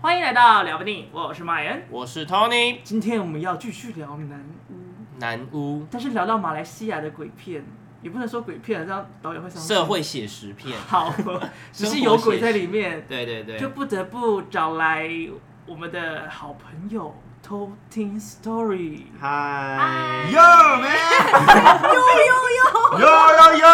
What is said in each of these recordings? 欢迎来到聊不定，我是马恩。我是 Tony，今天我们要继续聊南屋，南屋但是聊到马来西亚的鬼片，也不能说鬼片，这样导演会伤心社会写实片，好，只是有鬼在里面，对对对，就不得不找来我们的好朋友偷听 Story。嗨， Yo man，yo 哎 yo yo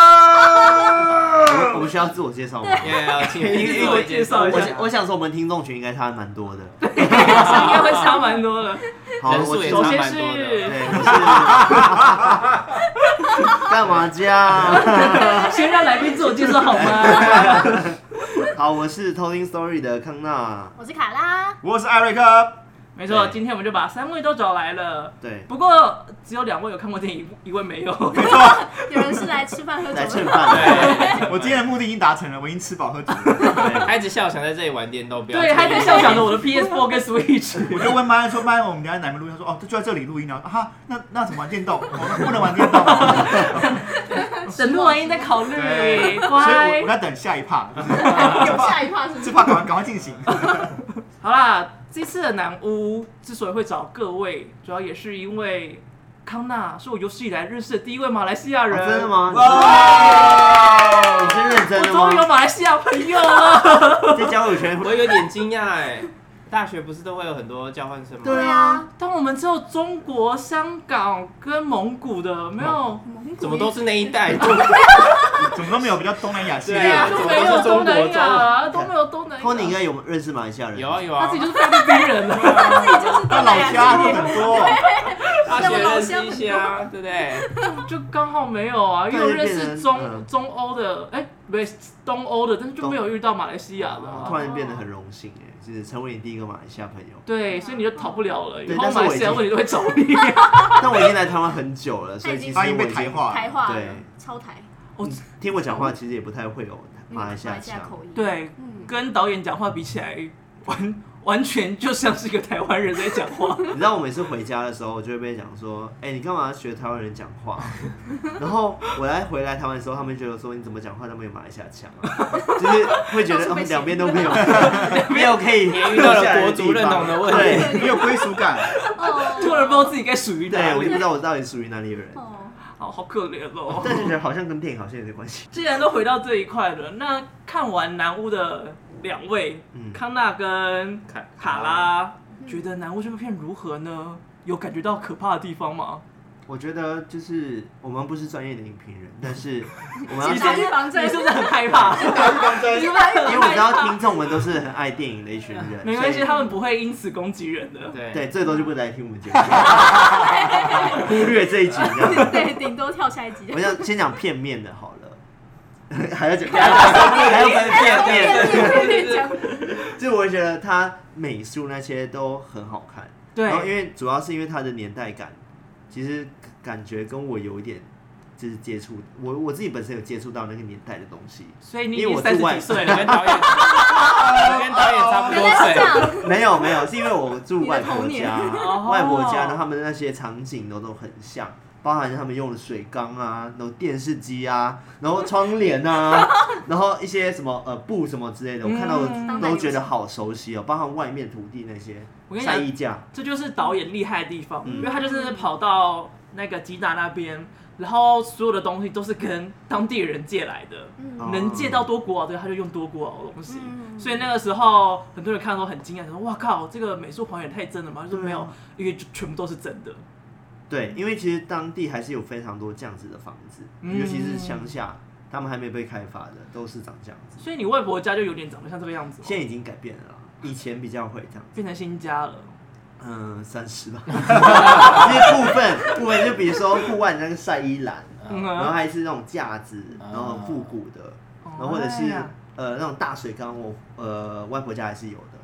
我们需要自我介绍吗？要请你自我介绍一我下想我想说，我们听众群应该差蛮多的。应该会差蛮多的。好，人我数也首差先蛮多的。对，是我是干嘛这样？ 先让来宾自我介绍好 吗？好，我是偷听 story 的康纳。我是卡拉，我是艾瑞克。没错，对今天我们就把三位都找来了。对，不过只有两位有看过电影，一位 没有。有人是来吃饭喝来酒蹭的。 饭。啊我今天的目的已经达成了，我已经吃饱喝足了。对孩子笑想在这里玩电动，不要对，介意他在笑想着我的 PS4 跟 Switch。我就问妈说：“妈，我们等一下哪边录音？”她说：“哦，就在这里录音啊。”哈，那那怎么玩电动？我们不能玩电动，啊等录完音再考虑，对，所以我乖我。在等下一趴，就是下一趴是这趴赶快赶快进行。好啦，这次的南屋之所以会找各位，主要也是因为康纳是我有史以来认识的第一位马来西亚哦人。真的？吗？哇！你是认我真的终于有吗？马来西亚朋友了。在交友圈我有点惊讶哎，大学不是都会有很多交换生吗？对啊，但我们只有中国、香港跟蒙古的，没哦有怎么都是那一代？怎么都没有比较东南亚系对列啊都没有东南啊亚，啊都没有东南亚。托尼应该有认识马来西亚人。有啊有他啊自，己就是菲律宾人了。 他自己就是他东老南亚家之都恋很多，啊大学认识一些啊，对不对？就刚好没有啊，因为我认识突然就变中成中欧的，哎、不对，东欧的，但是就没有遇到马来西亚的、哦突啊。然变得很荣幸哎，就是成为你第一个马来西亚朋友。对，所以你就逃不了了，以对后但是马我来西亚问题都会找你。 但我已经来台湾很久了，所以其实他已经我被台化台了。化对超台，我听我讲话，其实也不太会有马来西嗯马亚来西亚腔。口音。，对，嗯，跟导演讲话比起来，完完全就像是一个台湾人在讲 话。你知道我每次回家的时候，我就会被讲说：“哎、你干嘛学台湾人讲话？” 然后我来回来台湾的时候，他们觉得说你怎么讲话都没有马来西亚腔、啊，就是会觉得哦到处被两边嫌都没有，没有可以也遇到留下了来国地足认方同的问对题。没有归属感，哦 突然不知道自己该属于哪对，我就里不，知道我到底属于哪里的人，哦，好好可怜哦。但是觉得好像跟电影好像有点关系。既然都回到这一块了，那看完南屋的两位、嗯康纳跟卡卡，拉，觉得南屋这部片如何呢？有感觉到可怕的地方吗？我觉得就是我们不是专业的影评人，但是我们要先先打预防针你是不是很害 怕？你是不是因为很我知害道怕？听众们都是很爱电影的一群人，没关系，所以他们不会因此攻击人的。对对，最多就不来听我们节目，忽略这一集。这样 对，顶多跳下一集。 我想先讲片面的好了，还要讲，还要分片面。就我觉得它美术那些都很好看，对然后因为主要是因为它的年代感，其实感觉跟我有一点就是接触，我我自己本身有接触到那个年代的东西，所以你已因为经我三是十外几岁你跟了，导演，你跟导演差不原多来是这岁。样， 没有没有，是因为我住外婆你的家年，哦外婆家，然后他们那些场景都都很像，包含他们用的水缸啊，然后电视机啊，然后窗帘啊， 然后一些什么呃布什么之类的，我看到嗯都觉得好熟悉哦，包含外面土地那些我跟你晒讲，衣架，这就是导演厉害的地方，嗯因为他就是跑到那个吉达那边，然后所有的东西都是跟当地人借来的，哦嗯，能借到多古老的他就用多啊古老的东西。嗯所以那个时候，很多人看到都很惊讶，说：“哇靠，这个美术还原太真了嘛！”就是对啊没有，因为就全部都是真的。对，因为其实当地还是有非常多这样子的房子，嗯尤其是乡下，他们还没被开发的都是长这样子，所以你外婆家就有点长得像这个样子现吗，在已经改变了啦，以前比较会这样。变成新家了。嗯，三十吧， 就是部分部分，就比如说户外的那个晒衣篮，嗯然后啊，还是那种架子，然后很复古的，然后或者是哎呀呃哦那种大水缸，我呃外婆家还是有的。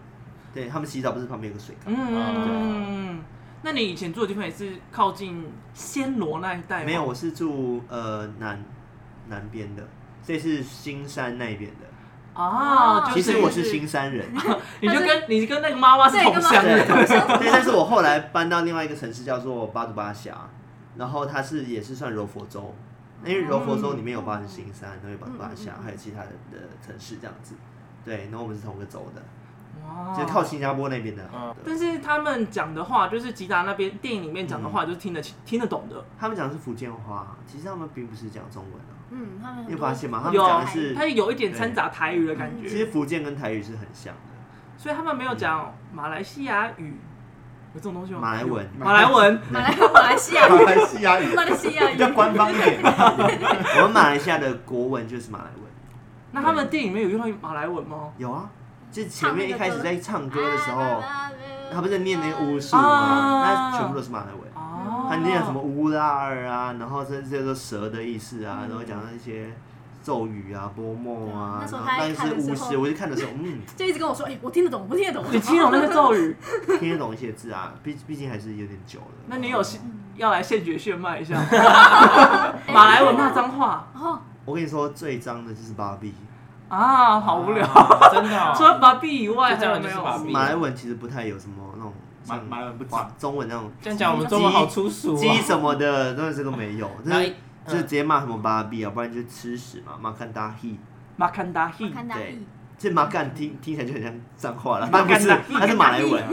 对他们洗澡不是旁边有个水缸？嗯，啊那你以前住的地方也是靠近暹罗那一带吗？没有，我是住呃南南边的，这是新山那边的。啊，就其实哦我是是新山人， 你就跟你跟那个妈妈是同乡对，的， 对，但是我后来搬到另外一个城市叫做巴杜巴峡，然后它是也是算柔佛州，因为柔佛州里面有包含新山，还有巴杜巴峡，还有其他的的城市这样子。对，然后我们是同个州的，哇就是靠新加坡那边的。嗯但是他们讲的话，就是吉达那边电影里面讲的嗯话，就是听得清、听得懂的。他们讲的是福建话，其实他们并不是讲中文啊。嗯，他们你有发现吗？他们有讲的是，嗯它有一点掺杂台语的感其觉实，福建跟台语是很像的，所以他们没有讲马来西亚语，有这种东西吗？马来文。马来文，马来马来西亚 马语、来西亚语马来西亚比语较官方一点，我们马来西亚的国文就是马来文。那他们电影里面有用到马来文吗？有啊，就是前面一开始在唱歌的时 候，，他不们是念那个巫哦术啊吗？那全部都是马来文。哦，他念什么乌拉尔啊，然后这这都蛇的意思啊，然后讲到一些咒语啊、波沫啊，嗯那时然候后他在但看是的时候巫师，我就看的时候，嗯，就一直跟我说，哎，我听得懂，我听得懂。你听懂那个咒语？听得懂一些字啊，毕毕竟还是有点久了。嗯那你有现要来现学现卖一下吗？马来文骂脏话哦，我跟你说，最脏的就是芭比。啊， 好无聊。啊，真的除了哦。芭比以外，就还这样有没就是有？芭比马来文其实不太有什么那种马像马来文不华长，中文那种这样讲我们中文好粗俗鸡哦。什么的，那这个没有，就然后是一就是直接骂什么芭比啊，不然就是吃屎嘛，马干达希。马坎达希，看大意，这马干听听起来就很像脏话了，马但干不是达，希它是马来文，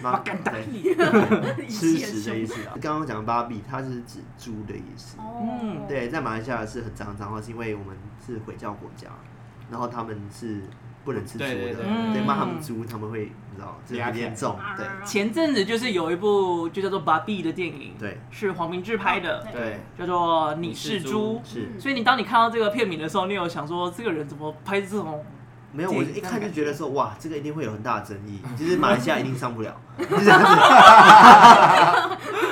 马坎达对希。吃屎的意思啊。 刚刚讲的芭比，它是指猪的意思。哦，嗯对，在马来西亚是很脏的脏话，是因为我们是回教国家，然后他们是不能吃猪的，对对对嗯对骂他们猪，他们会你知道，这很严重，对前阵子就是有一部就叫做《芭比》的电影，对是黄明志拍的，哦对对，叫做《你是猪》。是所以你当你看到这个片名的时候，你有想说这个人怎么拍这种？没有，我这个一看就感觉得觉说，哇，这个一定会有很大的争 议，就是马来西亚一定上不了，就是这样子。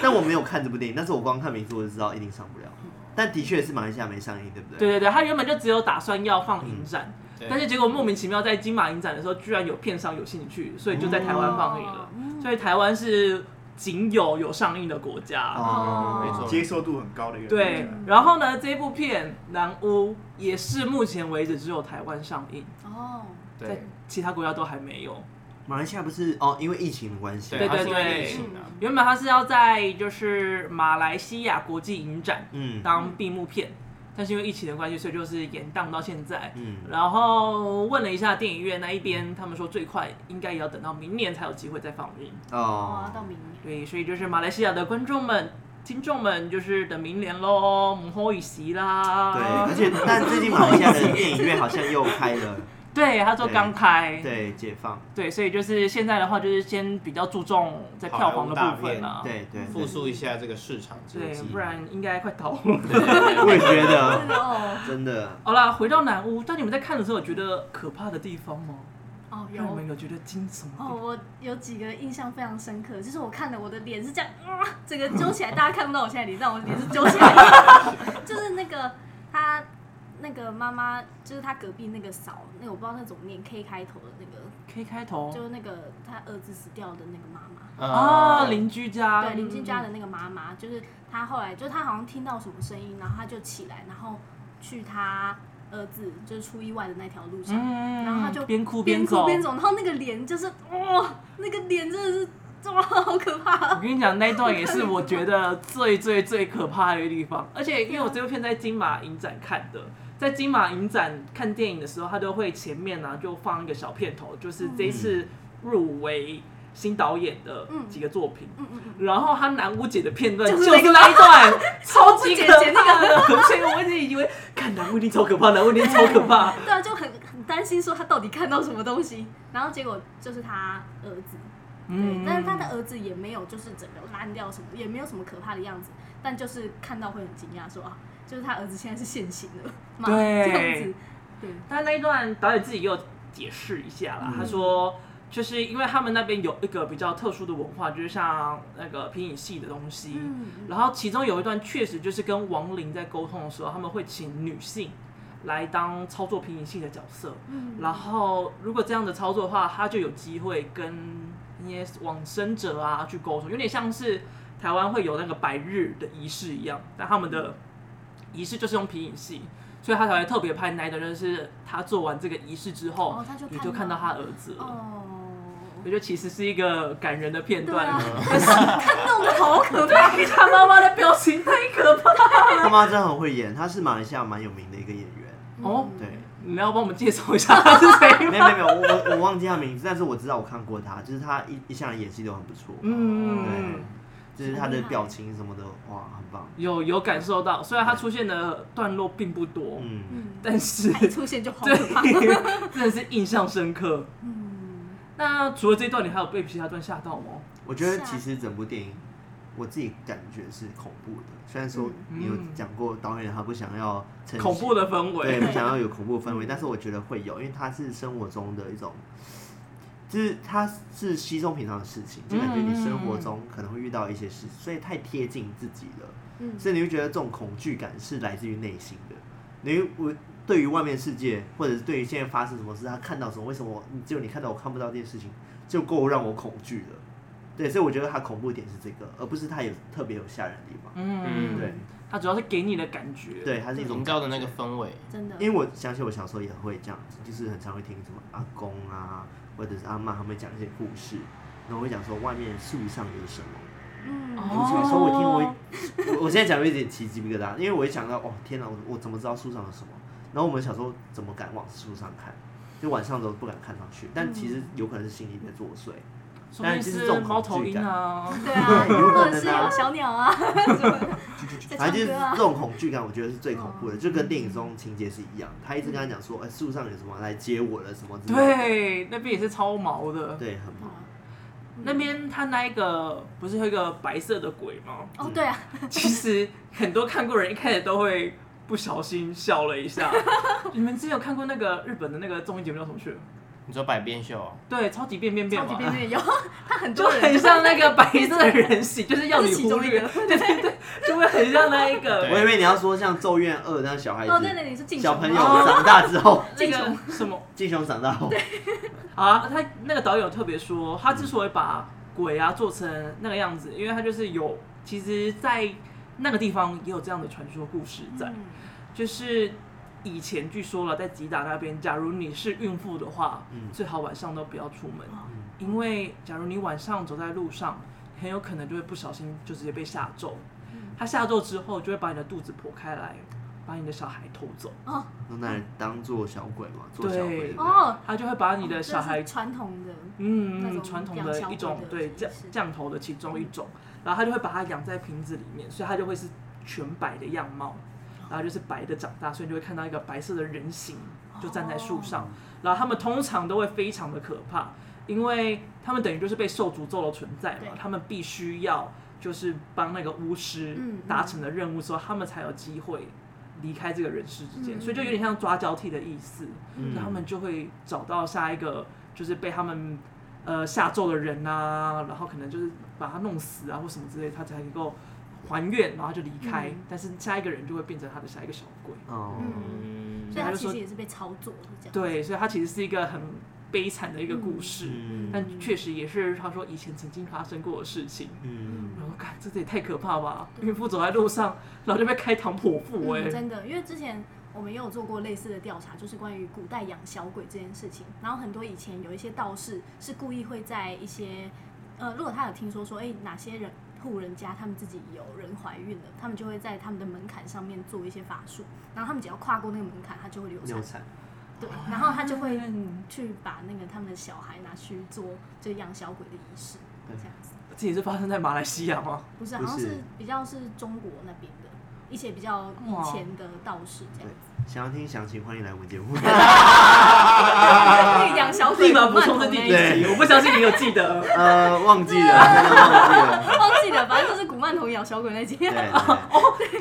但我没有看这部电影，但是我光看名字我就知道一定上不了。但的确是马来西亚没上映，对不对？对对对，他原本就只有打算要放影展，嗯对但是结果莫名其妙在金马影展的时候，居然有片商有兴趣，所以就在台湾放映哦了。嗯所以台湾是仅有有上映的国家。哦没错接受度很高的一个国对家，然后呢，这部片《南屋》也是目前为止只有台湾上映，哦，在对其他国家都还没有。马来西亚不是哦，因为疫情的关系，对它对是因为对疫情啊原本它是要在就是马来西亚国际影展嗯当闭幕片，但是因为疫情的关系，所以就是延档到现在。嗯，然后问了一下电影院那一边，他们说最快应该也要等到明年才有机会再放映。哇，到哦，明年，对，所以就是马来西亚的观众们、听众们，就是等明年喽，母后一席啦。 对，而且但最近马来西亚的电影院好像又开了，对，他说刚开，对，解放，对所以就是现在的话，就是先比较注重在票房的部分啦。对对，复对苏一下这个市场经对，济。不然应该快倒了。 我也觉真得的哦，真的，好啦，回到南屋，但你们在看的时候有觉得可怕的地方吗？哦让你有们。有觉得惊悚的地哦，方？我有几个印象非常深刻，就是我看的我的脸是这样，啊、整个揪起来，大家看不到我现在脸，但我脸是揪起 来的，就是那个他那个妈妈，就是他隔壁那个嫂，那个我不知道那怎么念，K 开头的那个， K 开头就是那个他儿子死掉的那个妈妈，啊，嗯邻居家，对，邻居家的，的那个妈妈，就是她后来就是她好像听到什么声音，然后她就起来，然后去她儿子就是出意外的那条路上，嗯，然后他就边哭边哭走，边走，然后那个脸就是，哇，那个脸真的是，哇，好可怕、我跟你讲，那一段也是我觉得最最最可怕的一个地 方，而且因为我这部片在金马影展看的，在金马影展看电影的时候，他都会前面呢、就放一个小片头，嗯就是这一次入围新导演的几个作品。嗯嗯嗯。然后他南屋姐的片段就就是是那个那一 段，超级可姐姐那怕的，所以我一直以为看南屋一定超可怕，南屋一定超可怕。 对啊，就很很担心说他到底看到什么东西，然后结果就是他儿子，对，嗯，但是他的儿子也没有就是整个烂掉什么，也没有什么可怕的样子，但就是看到会很惊讶，说啊，就是他儿子现在是现行的嘛，对这样子，对，但那一段导演自己也有解释一下啦，嗯他说就是因为他们那边有一个比较特殊的文化，就是像那个皮影戏的东西。嗯，然后其中有一段确实就是跟亡灵在沟通的时候，他们会请女性来当操作皮影戏的角色。嗯然后如果这样的操作的话，他就有机会跟那些往生者啊去沟通，有点像是台湾会有那个百日的仪式一样，但他们的仪式就是用皮影戏，所以他才会特别拍那一段，就是他做完这个仪式之后，哦他就你看就到看到他儿子了。哦，我觉得其实是一个感人的片对段，啊，但是看弄得好可怕，对他妈妈的表情太可怕了。他妈真的很会演，他是马来西亚蛮有名的一个演员，哦嗯对，你要帮我们介绍一下他是谁？没有没有没有，我我我忘记他名字，但是我知道我看过他，就是他一一向来演戏都很不错，嗯对，，就是他的表情什么的，哇，很棒，有有感受到，虽然他出现的段落并不多，嗯，嗯，但是哎出现就好可 怕。对，真的是印象深刻。嗯，那除了这一段，你还有被其他段吓到吗？我觉得是啊其实整部电影我自己感觉是恐怖的，虽然说嗯你有讲过导演他不想要呈现恐怖的氛对，围，不想要有恐怖氛围，但是我觉得会有，因为它是生活中的一种，就是它是稀松平常的事情，就感觉你生活中可能会遇到一些事，所以太贴近自己了，嗯所以你会觉得这种恐惧感是来自于内心的。你我对于外面世界，或者是对于现在发生什么事，他看到什么，为什么我只有你看到我看不到这件事情，就够让我恐惧了。对，所以我觉得它恐怖点是这个，而不是它有特别有吓人的地方。嗯，对，它主要是给你的感觉，对，它是一种营造的那个氛围，真的，因为我想起我小时候也会这样子，就是很常会听什么阿公啊，或者是阿妈他们讲一些故事，然后会讲说外面树上有什么。嗯，哦有时候我听我会，我我现在讲有一点起鸡皮疙瘩，因为我一想到哦天哪，我我怎么知道树上有什么？然后我们小时候怎么敢往树上看？就晚上都不敢看上嗯去，但其实有可能是心理在作祟。说不定是猫头鹰啊，对 啊，有可能啊或者是有小 鸟啊，反正就是在唱歌啊这，嗯种恐惧感，我觉得是最恐怖的，就跟电影中情节是一样。他一直跟他讲说，哎、树上有什么来接我了什么之类的。对，那边也是超毛的。对，很好。嗯那边它那一个不是有一个白色的鬼吗？ 哦，对啊，其实很多看过人一开始都会不小心笑了一下。 你们之前有看过那个日本的那个综艺节目叫什么去了？你说百变秀哦，对，超级变变变超嘛级，变变有， 他很就多人很啊像那个白色的人形，就是要这你是其忽中一略个，，就会很像那一个对我以为你要说像《咒怨二》那样小孩子，哦，对哦对，你是进小朋友长大之后， 那敬个雄什 么敬雄长大后，啊，他那个导演有特别说，他之所以把鬼啊做成那个样子，因为他就是有，其实，在那个地方也有这样的传说故事在，嗯就是以前据说了，在吉打那边，假如你是孕妇的话，嗯最好晚上都不要出门，哦因为假如你晚上走在路上，很有可能就会不小心就直接被下咒。嗯他下咒之后，就会把你的肚子剖开来，把你的小孩偷走。哦弄那当做小鬼嘛，做小鬼。对不对哦，他就会把你的小这孩是，传统的，那嗯，种传统养的小一鬼种的对形降式降头的其中一种，然后他就会把它养在瓶子里面，所以他就会是全白的样貌，啊然后就是白的长大，所以你就会看到一个白色的人形哦就站在树上，然后他们通常都会非常的可怕，因为他们等于就是被受诅咒的存在对嘛，他们必须要就是帮那个巫师嗯达成的任务之后，他们才有机会离开这个人世之间，嗯所以就有点像抓交替的意思，嗯然后他们就会找到下一个就是被他们呃下咒的人啊，然后可能就是把他弄死啊或什么之类，他才能够还愿，然后就离开，嗯但是下一个人就会变成他的下一个小鬼，哦，嗯，所以他他就其说实也是被操作的这样，对，所以它其实是一个很悲惨的一个故事。嗯但确实也是他说以前曾经发生过的事情。嗯，然后看这也太可怕吧！孕妇走在路上，然后就被开膛破腹哎、嗯，真的，因为之前我们也有做过类似的调查，就是关于古代养小鬼这件事情。然后很多以前有一些道士是故意会在一些，呃，如果他有听说说，哎、哪些人户人家他们自己有人怀孕了，他们就会在他们的门槛上面做一些法术，然后他们只要跨过那个门槛，他就会流流产，产，对，然后他就会嗯去把那个他们的小孩拿去做就养小鬼的仪式，对这样子。这也是发生在马来西亚吗？不是，好不像是是比较是中国那边的一些比较哇以前的道士这样对。想要听详情，欢迎来我们节 目。可以养小鬼立马慢补充慢这的第一那一集，集，对我不相信你有记得。呃，忘记了，真的忘记了。忘记了，反正就是古曼童养小鬼那集。对对啊 对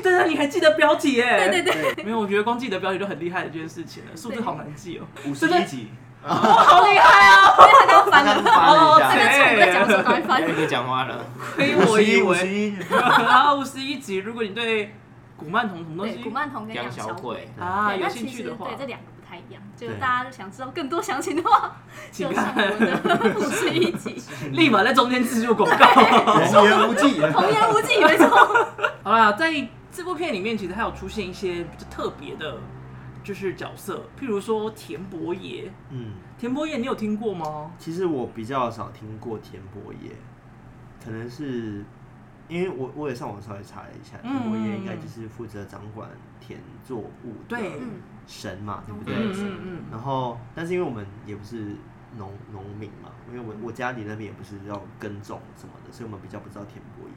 对对，你还记得标题哎、对对，对，没有，我觉得光记得标题就很厉害的一件事情了，数字好难记哦、五十一集，好厉害啊！他刚 翻刚了。翻了哦一，下啊这个错误在哎讲什么？赶快又翻。可以讲话了，亏对，我以一，五十为。一，然后五十一集，如果你对古曼童什么东对，古西曼童跟养养小小鬼鬼。啊对有但兴其趣实的话对，这两个不太一样。就对大家想知道更多详情的话，请就看上我 们的五十一 集立马在中间植入广告。童言 无忌， 《童言无忌》，没错。好啦，在这部片里面，其实还有出现一些比较特别的，就是角色，譬如说田伯爷。嗯，田伯爷，你有听过吗？其实我比较少听过田伯爷，可能是因为我嗯我也上网稍微查了一下，田伯爷应该就是负责掌管田作物的对嗯，神嘛，对不对？嗯嗯嗯，然后，但是因为我们也不是农农民嘛，因为我我家里那边也不是要耕种什么的，所以我们比较不知道田伯爷。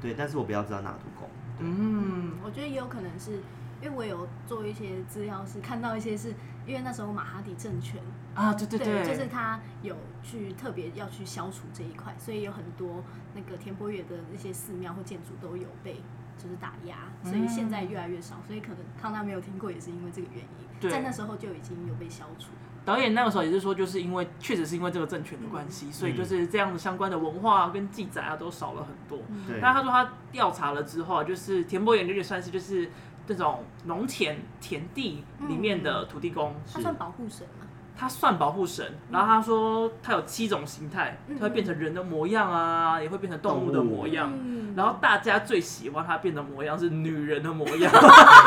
对，但是我比较知道纳土 公。嗯，我觉得也有可能是因为我有做一些资料，是看到一些是因为那时候马哈迪政权，啊，对对对，就是他有去特别要去消除这一块，所以有很多那个田伯野的那些寺庙或建筑都有被就是打压，所以现嗯在越来越少，所以可能康纳没有听过也是因为这个原因，对在那时候就已经有被消除。导演那个时候也是说，就是因为确实是因为这个政权的关系，所以就是这样的相关的文化、啊、跟记载啊都少了很多。对，但他说他调查了之后啊，就是田伯言就也算是就是这种农田田地里面的嗯土地公，他算保护神嘛？他算保护神。然后他说他有七种形态，嗯他会变成人的模样啊，也会变成动物的模样。嗯然后大家最喜欢他变的模样是女人的模样，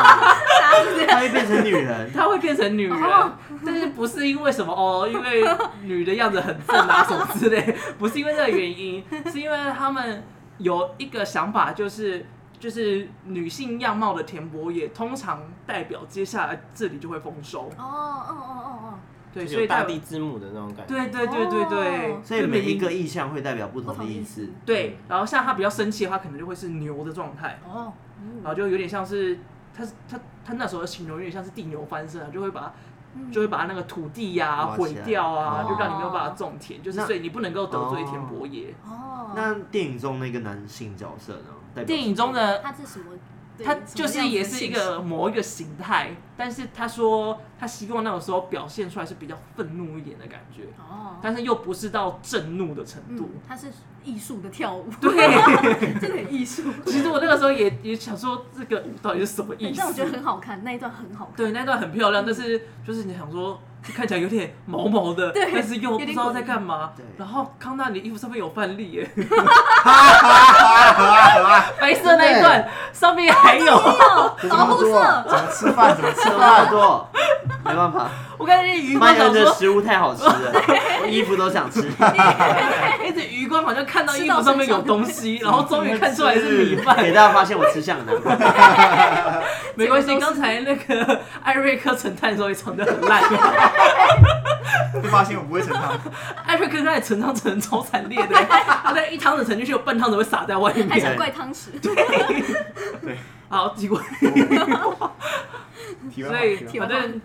他大家是这样，会变成女人。他会变成女人哦，但是不是因为什么哦，因为女的样子很正啊什么之类， 不是因为这个原因，是因为他们有一个想法，就是就是女性样貌的田伯也通常代表接下来这里就会丰收，哦哦哦哦对，就是所以有代大表地之母的那种感觉。对对对对对哦，所以每一个意象会代表不同的意思。对，然后像他比较生气的话，可能就会是牛的状态，哦哦，然后就有点像是他他他那时候的形容有点像是地牛翻身啊，就会把嗯就会把那个土地呀、挖起来毁掉啊，哦就让你没有办法种田，就是那所以你不能够得罪田伯爷。哦，那电影中那个男性角色呢？代表电影中的他是什么？对他什么就是样子的也是一形式个某一个形态，但是他说他希望那个时候表现出来是比较愤怒一点的感觉，哦，但是又不是到震怒的程度嗯。，他是艺术的跳舞，对， 真的很艺术。其实我那个时候也也想说这个舞到底是什么意但我觉得思。啊很好看，那一段很好看。对，那段很漂亮，但是就是你想说，就看起来有点毛毛的，对但是又不知道有点在干嘛对。然后康纳，你衣服上面有范例耶，白色那一段上面还有，有保护色，怎么吃饭？怎么吃吃饭？饭多，没办法，我刚才那余光曼想人的说，食物太好吃了， 我衣服都想吃。一直余光好像看到衣服上面有东西，然后终于看出来是米饭。给大家发现我吃相难怪。没关系，刚才那个艾瑞克陈探的时候也唱的很烂，会发现我不会盛汤，艾瑞克在陈汤陈得超惨烈的，他在一汤匙陈进去，有半汤匙会洒在外还面。想怪汤匙，好，结果体温所好以体温好反正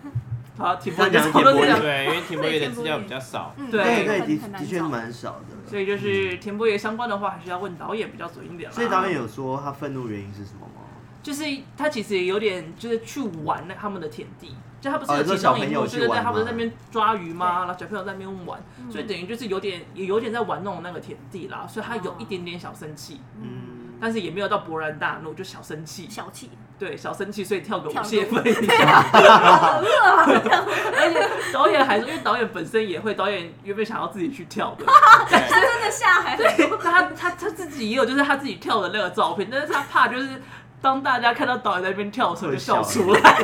好，挺他不讲差不多 这田伯爷样。对，因为田伯爷的资料比较少。 嗯对对很对，很的难的确是找蛮少的。所以就是田伯爷相关的话，还是要问导演比较准一点啦。所以导演有说他愤怒原因是什么吗？就是他其实也有点就是去玩那他们的田地，就他不是哦有你说其中小一朋幕，友啊就去是在玩他们吗在那边抓鱼嘛，然后小朋友在那边玩，嗯所以等于就是有点也有点在玩弄那个田地啦，所以他有一点点小生气，嗯，但是也没有到勃然大怒，就小生气，小气，对，小生气，所以跳个舞跳个舞泄愤一下。好饿啊！而且 导演还说，因为导演本身也会，导演原本想要自己去跳的，他真的下 海，对，他他他自己也有就是他自己跳的那个照片，但是他怕就是当大家看到导演在那边跳的时候就会笑笑出来。哎，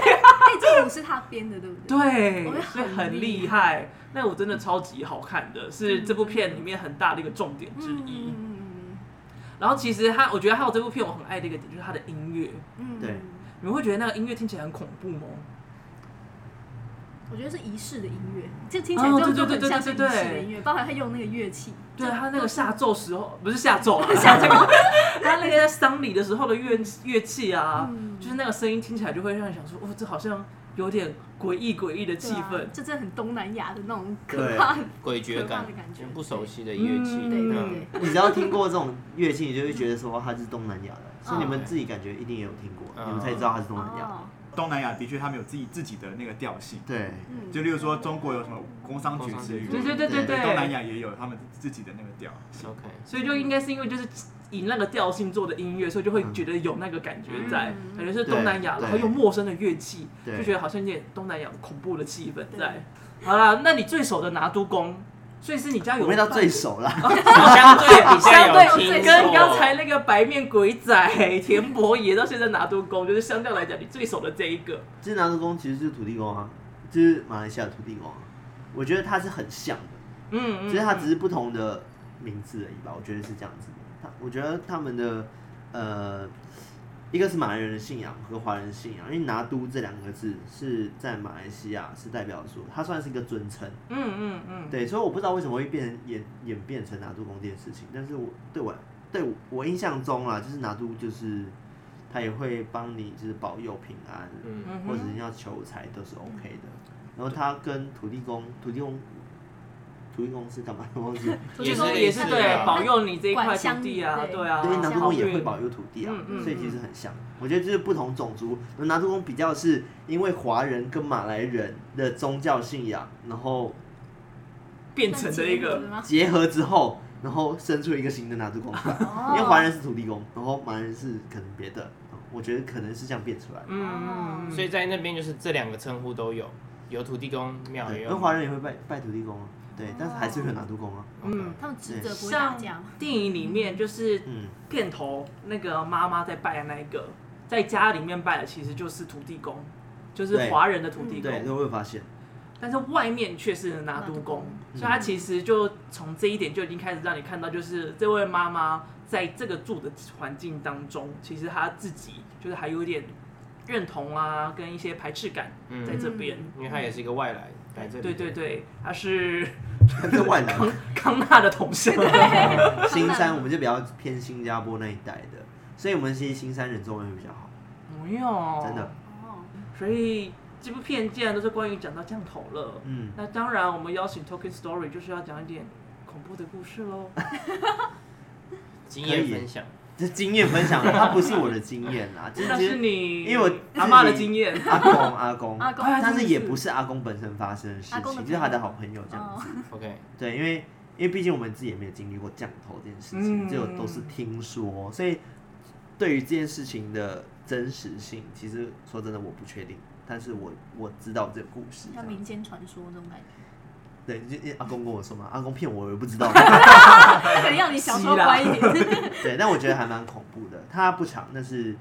这舞是他编的，对不对？对我觉得，所以很很厉厉害。那我真的超级好看的，是这部片里面很大的一个重点之一。嗯然后其实他，我觉得还有这部片我很爱的一个点就是它的音乐。嗯对，你们会觉得那个音乐听起来很恐怖吗？我觉得是仪式的音乐，这听起来就就很像是仪式的音乐，包含他用那个乐器，对啊他那个下咒时候，不是下咒 啊，下咒， 他那个在丧礼的时候的乐乐器啊，嗯就是那个声音听起来就会让你想说，哦，这好像有点诡异诡异的对气啊氛。就真的很东南亚的那种可怕的，诡谲可怕感的感觉，不熟悉的乐器，嗯对对对，你只要听过这种乐器，你就会觉得说他是东南亚的，嗯所以你哦们自己感觉一定也有听过，嗯你们才知道他是东南亚的。嗯哦，东南亚的确，他们有自己自己的那个调性，对，嗯就例如说中国有什么工商局之语，对对对对对东南亚也有他们自己的那个调。 OK，所以就应该是因为就是以那个调性做的音乐，所以就会觉得有那个感觉在，嗯感觉是东南亚，对然后又陌生的乐器，对就觉得好像有点东南亚恐怖的气氛在对。好啦，那你最熟的拿督公，所以是你家有我味道最熟啦。 相对相有对听跟过刚才那个白面鬼仔田伯爷到现在拿督公，就是相对来讲你最熟的这一个。就是南头公其实就是土地公啊，就是马来西亚的土地公啊。我觉得它是很像的，嗯嗯，只是它只是不同的名字而已吧。我觉得是这样子的。它我觉得他们的呃一个是马来人的信仰和华人的信仰，因为拿督这两个字是在马来西亚是代表说它算是一个尊称，嗯嗯嗯，对，所以我不知道为什么会变成演演变成拿督公这件事情，但是我对我对我我印象中啦，就是拿督就是他也会帮你就是保佑平安，嗯，嗯或者哼，你要求财都是 OK 的。然后他跟土地公，土地公，土地公是干嘛？忘记了。土也地是公也是他对他保佑你这一块管土乡地啊，对对啊，因为拿督公也会保佑，佑土地啊嗯，嗯所以其实很像。我觉得就是不同种族，拿督公比较是因为华人跟马来人的宗教信仰，然后变成的一个，吗？结合之后，然后生出一个新的拿督 公出来。哦因为华人是土地公，然后马来人是可能别的，我觉得可能是这样变出来的。嗯嗯嗯，所以在那边就是这两个称呼都有，有土地公庙也对，有跟华人也会拜拜土地公啊，对，但是还是会有拿督公啊。嗯，他们职责不会打像架吗，电影里面就是嗯，片头那个妈妈在拜的那一个，在家里面拜的其实就是土地公，就是对华人的土地对，公，都会 发现。但是外面却是拿督公，嗯所以他其实就从这一点就已经开始让你看到，就是这位妈妈在这个住的环境当中，其实她自己就是还有点认同啊，跟一些排斥感嗯在这边。因为他也是一个外来来这里，对对，对，她是在外来康康纳的同事。 新山，我们就比较偏新加坡那一带的，所以我们其实新山人中文会比较好，没有，真的。。哦，所以这部片既然都是关于讲到降头了，嗯，那当然我们邀请 Token Story 就是要讲一点恐怖的故事喽。 经验分享，这经验分享，它不是我的经验啦，就那是是你因为我阿妈的经验。阿公阿公，阿公哎呀但是也不是阿公本身发生的事阿公的情，朋友就是他的好朋友这样哦子。 OK，对，因为因为毕竟我们自己也没有经历过降头这件事情，嗯只有都是听说，所以对于这件事情的真实性，其实说真的我不确定，但是我我知道这个故事这像样。民间传说这种感觉，对，就因为阿公跟我说嘛，阿公骗我，我也不知 道。可能要你小时候乖一 点。对，但我觉得还蛮恐怖的。它不长，但是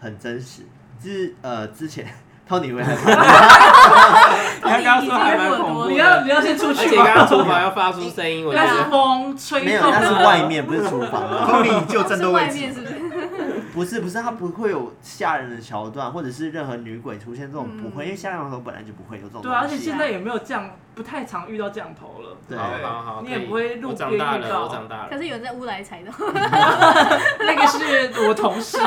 很真实。就是呃，之前 Tony 会害怕，他刚刚说还蛮恐怖你要的，你要先出 而去且刚吗？刚厨房要发啊出声音，我觉那是得风吹没有，动那是的外面，不是厨房。亨利就战是斗位外置面，是不是？不是不是，它不会有吓人的桥段，或者是任何女鬼出现这种不会，嗯因为吓人的时候本来就不会有这种东对西啊，啊。而且现在也没有降，不太常遇到降头了。对啊好好好，你也可以不会路我边长遇大了，到我长大可了，是有人在乌来踩 的，那个是我同事，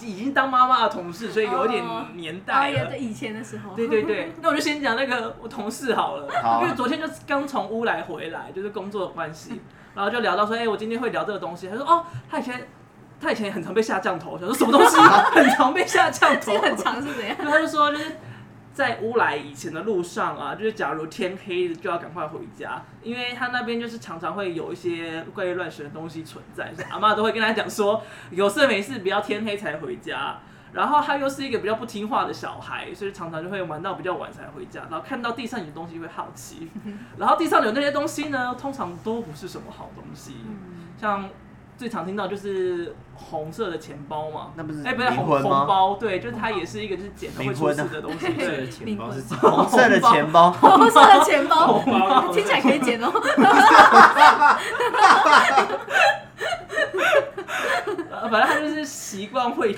已已经当妈妈的同事，所以有一点哦年导代演在了。以前的时候，对对对，那我就先讲那个我同事好了，好因为昨天就是刚从乌来回来，就是工作的关系，然后就聊到说，哎、我今天会聊这个东西。他说，哦，他以前他以前也很常被下降头，我想说什么东西，很常被下降头，这个很长是怎样？然后他就说，就是在乌来以前的路上啊，就是假如天黑了就要赶快回家，因为他那边就是常常会有一些怪力乱神的东西存在，所以阿妈都会跟他讲说，有事没事不要天黑才回家。然后他又是一个比较不听话的小孩，所以常常就会玩到比较晚才回家，然后看到地上有东西会好奇，然后地上有那些东西呢，通常都不是什么好东西，嗯像最常听到就是红色的钱包嘛，那不是哎、不是灵红魂红吗？啊包，对，就是它也是一个就是捡的会出事的东西，这对个钱包是 红色的钱包，红色嗯的 钱包，红包。听起来可以剪 哦。呃反正他就是习惯会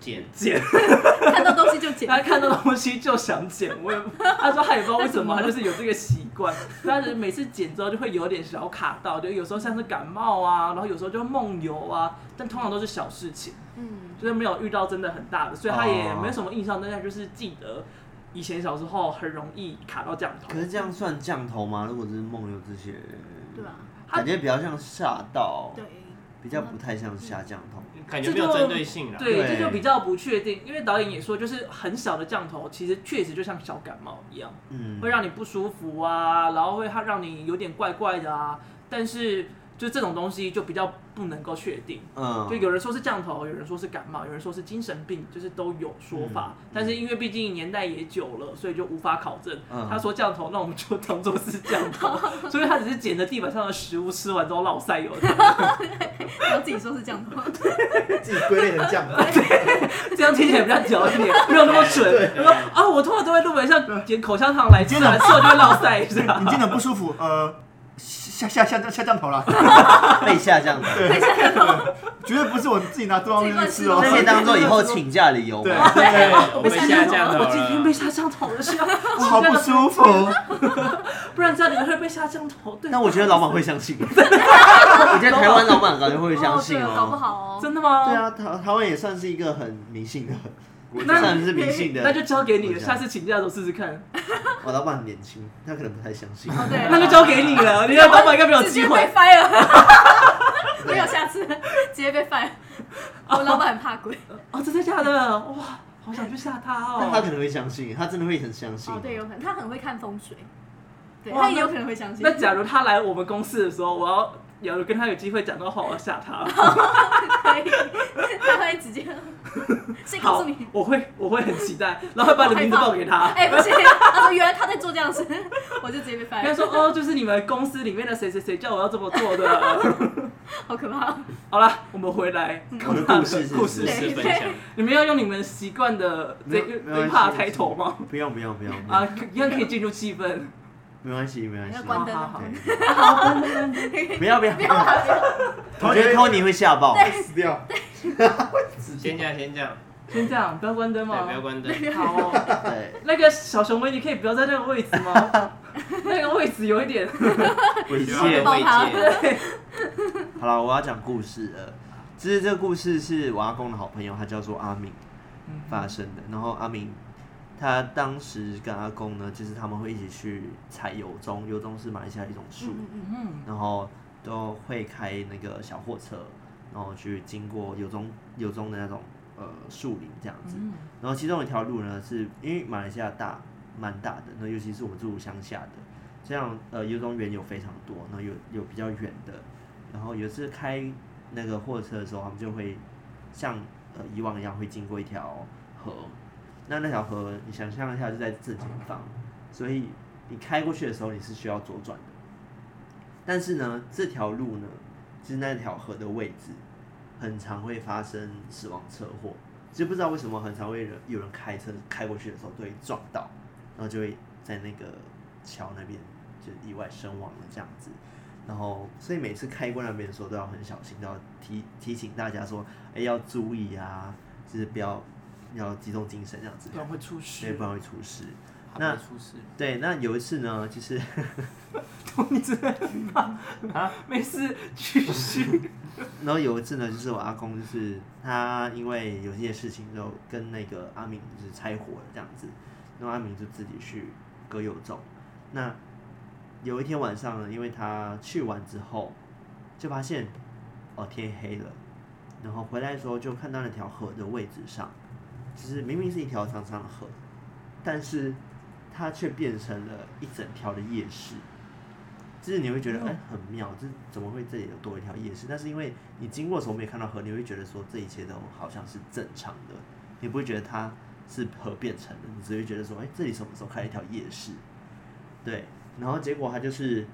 捡，捡，看到东西就剪。他看到东西就想捡。我也不 他说他也不知道为什么，他就是有这个习惯。所以他就是每次捡之后就会有点小卡到，就有时候像是感冒啊，然后有时候就梦游啊，但通常都是小事情，嗯，就是没有遇到真的很大的，所以他也没什么印象。但他就是记得以前小时候很容易卡到这样头可。是这样算降头吗？如果只是梦游这些，啊对啊吧？感觉比较像吓到，对，比较不太像下降头。感觉没有针对性了，对，对这就比较不确定，因为导演也说，就是很小的降头，其实确实就像小感冒一样，嗯，会让你不舒服啊，然后会让你有点怪怪的啊。但是就这种东西就比较不能够确定，嗯就有人说是降头，有人说是感冒，有人说是精神病，就是都有说嗯法。但是因为毕竟年代也久了，所以就无法考证。嗯他说降头，那我们就当做是降 头，所以他只是捡着地板上的食物，吃完之后落塞有的，然后自己说是这样的，自己归类成这样， 这样听起来比较矫情，没有那么蠢。他说啊，我通常都会认为像捡口香糖来吃啊，吃完就会落腮一下你。真的不舒服，呃，下下下下降头了， 被下降头。会吓到。绝对不是我自己拿对方面 去吃哦。自那可己乱吃以当做以后请假理由对嘛。 对，我被们下降降头头了，我今天被了。下降头了，是要啊我 好不舒服。不然这样你们会被下降头。 对，啊但我觉得老板会相信。对我觉得台湾老板感觉会相信哦对 搞不哦。好哦。真的吗？，啊，台台湾也算是一个很迷信的，那算是迷信的。那就交给你了，我想下次请假的时候试试看。我老板很年轻，他可能不太相信。哦，对，啊那就交给你了，你的老板应该没有直机接被会。 fire，没有下次，直接被 fire。我老板很怕鬼，哦，真的假的？哇，好想去吓他但他哦。可能会相信，他真的会很相信。哦，对，有可能他很会看风水，对哇他也有可能会相信那。 假如他来我们公司的时候，我要有跟他有机会讲到话，我要吓他。可以，他会 直接谁告诉好啊你？，我会我会很期待，然后把你的名字报给他。哎，不行，他说原来他在做这样子，我就直接被跟他 fire，说哦，就是你们公司里面的谁谁谁叫我要这么做的。 好可怕。好了，我们回来，我的故事是故不事是对是分享， 你们要用你们习惯的没这个有没关最系怕抬头吗？ 不要不要不要，不啊要，一样可以进入气氛。没关系没关系要。关灯好了好好对不要不要不要，我觉得托尼会吓爆。死掉。先这样，先这样， 先这样，不要关灯对，吗不？要 关灯。好哦，对，那个小熊维，你可以不要在那个位置 吗？那个位置有一 点，猥谢亵。爆他好了，我要讲故事了。其实这个故事是我阿公的好朋友，他叫做阿明发生的。然后阿明他当时跟阿公呢，就是他们会一起去采油棕，油棕是马来西亚一种树，嗯嗯嗯，然后都会开那个小货车，然后去经过油棕油棕的那种呃树林这样子。嗯然后其中有一条路呢，是因为马来西亚大蛮大的，那尤其是我们住乡下的，这样呃有种园有非常多，然后有有比较远的，然后有一次开那个货车的时候，他们就会像呃以往一样会经过一条河，那那条河你想象一下就在正前方，所以你开过去的时候你是需要左转的，但是呢这条路呢，就是那条河的位置，很常会发生死亡车祸。就不知道为什么很常会有人有人开车开过去的时候都会撞到，然后就会在那个桥那边就意外身亡了这样子。然后，所以每次开过那边的时候都要很小心，都要提提醒大家说，哎、要注意啊，就是不要要集中精神这样子不，然会出对，事不。然会出事。那出事对，那有一次呢，就是你真的很棒啊，没事，继续。然后有一次呢，就是我阿公，就是他因为有些事情就跟那个阿明就是拆伙了这样子，然后阿明就自己去割肉粽。那有一天晚上呢，因为他去完之后，就发现哦天黑了，然后回来的时候就看到那条河的位置上，就是明明是一条长长的河，但是它却变成了一整条的夜市。就是你会觉得哎、很妙，这怎么会这里有多一条夜市？但是因为你经过的时候没有看到河，你会觉得说这一切都好像是正常的，你不会觉得它是河变成的，你只会觉得说哎、这里什么时候开了一条夜市？对，然后结果他就是，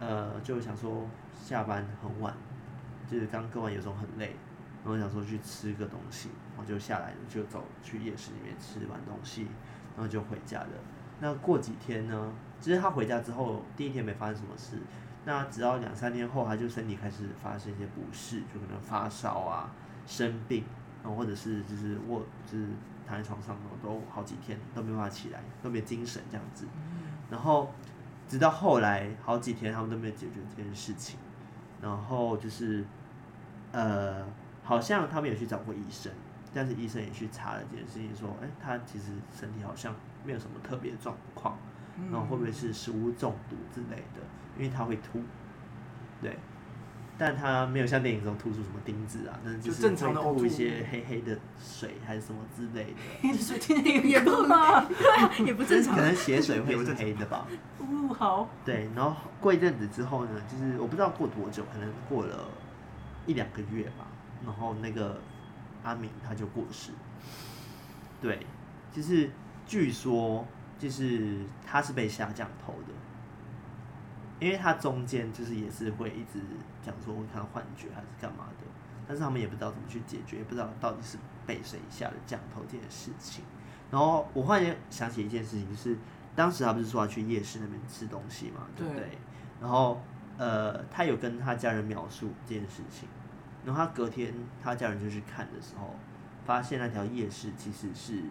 呃，就想说下班很晚，就是刚割完有时候很累，然后想说去吃个东西，我就下来了，就走去夜市里面吃完东西，然后就回家了。那过几天呢？其实他回家之后，第一天没发生什么事，那直到两三天后，他就身体开始发生一些不适，就可能发烧啊、生病，然后或者是就是卧就是躺在床上，然后都好几天都没办法起来，都没精神这样子。然后直到后来好几天，他们都没有解决这件事情。然后就是呃，好像他们有去找过医生，但是医生也去查了这件事情，说，哎，他其实身体好像没有什么特别状况，然后会不会是食物中毒之类的？因为他会吐，对，但他没有像电影中吐出什么钉子啊，但是就正是常会的呕吐一吐些黑黑的水还是什么之类的，水听起来有 点可怕。嗯，也不正常可。能血水会是黑的吧。呜，好，对，然后过一阵子之后呢，就是我不知道过多久，可能过了一两个月吧，然后那个阿明他就过世。对，就是据说就是他是被下降头的，因为他中间就是也是会一直讲说会看到幻觉还是干嘛的，但是他们也不知道怎么去解决，也不知道到底是被谁下的降头这件事情。然后我忽然想起一件事情，就是当时他不是说要去夜市那边吃东西嘛，对不对？对然后呃，他有跟他家人描述这件事情，然后他隔天他家人就去看的时候，发现那条夜市其实是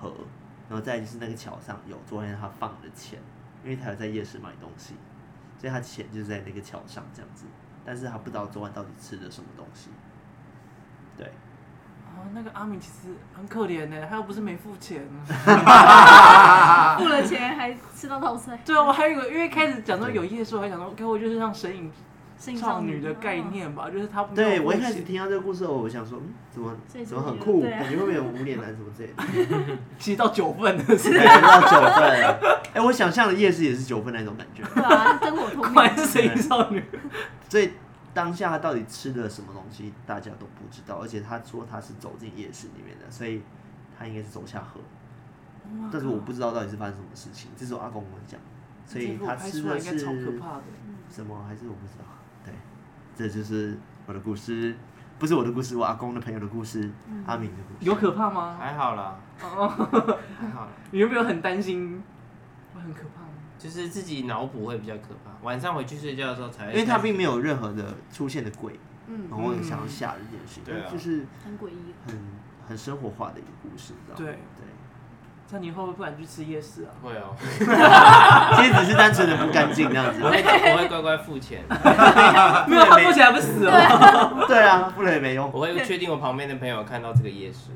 河，然后再就是那个桥上有昨天他放的钱，因为他有在夜市买东西，所以他钱就是在那个桥上这样子，但是他不知道昨晚到底吃了什么东西。对，啊，那个阿明其实很可怜呢，他又不是没付 钱。付了钱还吃到套餐，啊对啊，我还有一个，因为一开始讲到有夜市，我还想说，该不会就是像神隐性少女啊啊的概，念吧？就是他哦没有对我一付开始钱听到这个故事后，我想说，嗯，怎么所以怎么是很觉得酷，对啊感觉会不会有无脸男什么之类的？其实到九份的 时对，到九份。哎、我想象的夜市也是九份那种感觉。对啊，跟我 同候，果名然是神隐少女。所以当下他到底吃了什么东西，大家都不知道。而且他说他是走进夜市里面的，所以他应该是走下河。嗯但是我不知道到底是发生什么事情，这是我阿公跟我讲。所以他吃这的一幕拍出来应该是超可怕的。嗯什么？还是我不知道。对，这就是我的故事，不是我的故事，我阿公的朋友的故事，阿明的故事。嗯有可怕吗？哎还好啦，还好啦，你有没有很担心？会很可怕吗？就是自己脑补会比较可怕。晚上回去睡觉的时候才会，因为他并没有任何的出现的鬼，嗯然，后我很想要吓人这件事情，对啊就是很诡异。很很生活化的一个故事，你知道吗？对对，像你以后会不敢去吃夜市啊？会哦， 其实只是单纯的不干净 那样子我。会啊我会乖乖付钱，啊没有，他过起来不死哦了。对啊，不然也没用。我会确定我旁边的朋友看到这个夜市，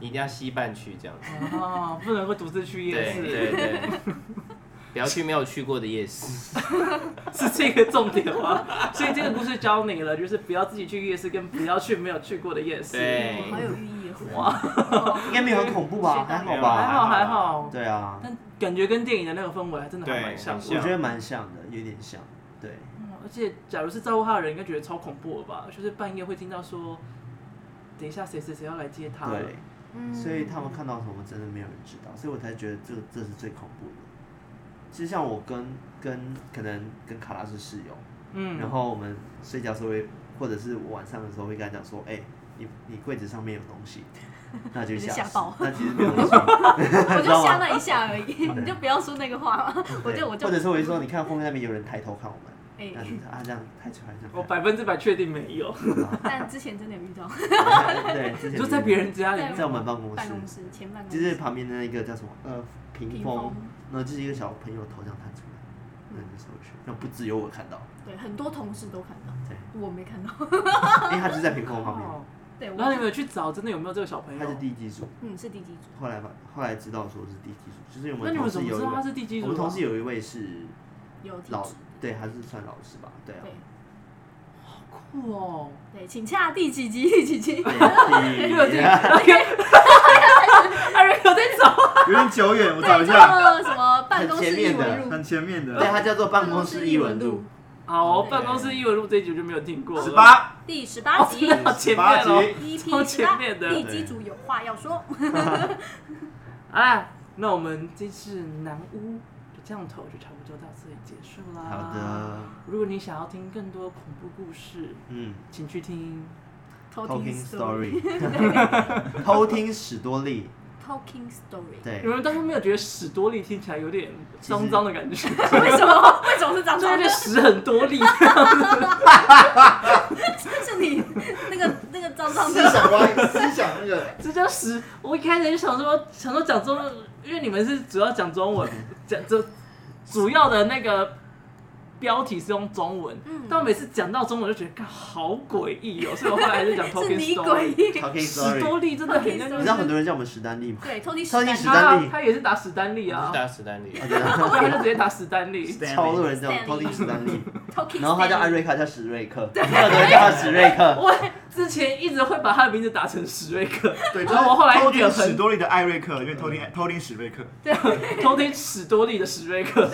一定要西半区这样子。 啊，不能够独自去夜对市，对 对，不要去没有去过的夜市。是这个重点吗？ 所以这个故事教你了，就是不要自己去夜市，跟不要去没有去过的夜市。对，好有寓意哦！哇，应该没有很恐怖吧？还好还吧？好还好，对啊，但感觉跟电影的那个氛围还真的还蛮像对的。很我觉得蛮像的，有点像。对，嗯而且，假如是照顾他的人，应该觉得超恐怖了吧？就是半夜会听到说，等一下谁谁谁要来接他了。对，嗯所以他们看到什么真的没有人知道，所以我才觉得这这是最恐怖的。其实像我跟跟可能跟卡拉是室友，嗯，然后我们睡觉的时候会，或者是晚上的时候会跟他讲说，哎、你你柜子上面有东西，那 就你就吓吓死爆，那其实没有东西， 我你知就道吗？吓那一下而已， 你就不要说那个话嘛。我对就我就或者是我会说，你看后面那边有人抬头看我们，哎那， 你啊这样抬出来这样我百分之百确定没有，但之前真的有遇到 看，对，之前就在别人家里对面。在我们办公办室，公室前办公就是室，旁边的那个叫什么呃屏屏风风，然后就是一个小朋友头这样探出来，那就走过去，那不只有我看到，对，很多同事都看嗯到，对，我没看到。因为他就是在屏风旁 边，哦对，我然后你们有去找真的有没有这个小朋他是友？地基组，嗯是第几组？后来吧，后来知道说是地基组，就是我那们你同们怎事么有知一道他位，是地基我组啊？们同事有一位是有第老几？，对，他是算老师吧，对啊对，酷哦，对，请洽第几集第 几集？又 对有地，艾瑞有在找， 有点久远，我找一对，下，叫什么办公室很一前面的文很入，前面对，的他叫做办公室一文 路，好，办公室一文录这一集我就没有听过了。十八第十八哦，集 E 真的好前面十八哦集。超，EP 十前八，面的地基组有话要说。好啦，哎那我们这次南屋的降头就差不多到这里结束啦。好的，如果你想要听更多恐怖故事，嗯请去听。 ，Talking Story。 Story，偷听史多利， Talking Story。 对有，人当初没有觉得史多利听起来有点脏脏的感 觉，为什么？ 为什么是长就有这点样？屎很多利。 是你那个那个脏脏思的。想歪，思想那个这叫史。我一开始就想说，想说讲中文，因为你们是主要讲中文，讲这主要的那个标题是用中文。嗯但我每次讲到中文就觉得，干好诡异哦，所以我后来还 是讲是 Talking 你 Story。诡异。，Talking 史 Story，多利真的很像， Talking 你知道很多人叫我们史丹利吗？ 对，偷听偷听史史他丹丹利他也是打史丹利我啊是，打史丹利，啊对啊对他就直接打史丹利。超多人叫 Stanley 偷听史丹 利， Talking。然后他叫艾。瑞克，他叫史瑞 克，很多人叫他史瑞克。 我之前一直会把他的名字打成史瑞克，对，然后我后来偷也听很史多利的艾瑞克，因为偷听偷听史瑞克，偷听史多利的史瑞克。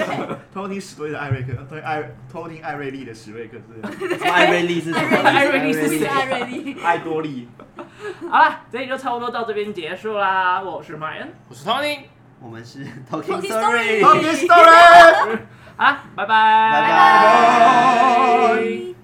偷听史多利的艾瑞克，偷听艾偷听艾瑞利的史瑞克，是不是什么艾瑞丽是什么？艾瑞丽不是是谁艾瑞丽。艾多利。好了，这里就差不多到这边结束啦。我是 Ryan，我是 Tony。我们是 Talking Talking Story Story。偷听 story。好啦，拜拜，拜拜哎拜拜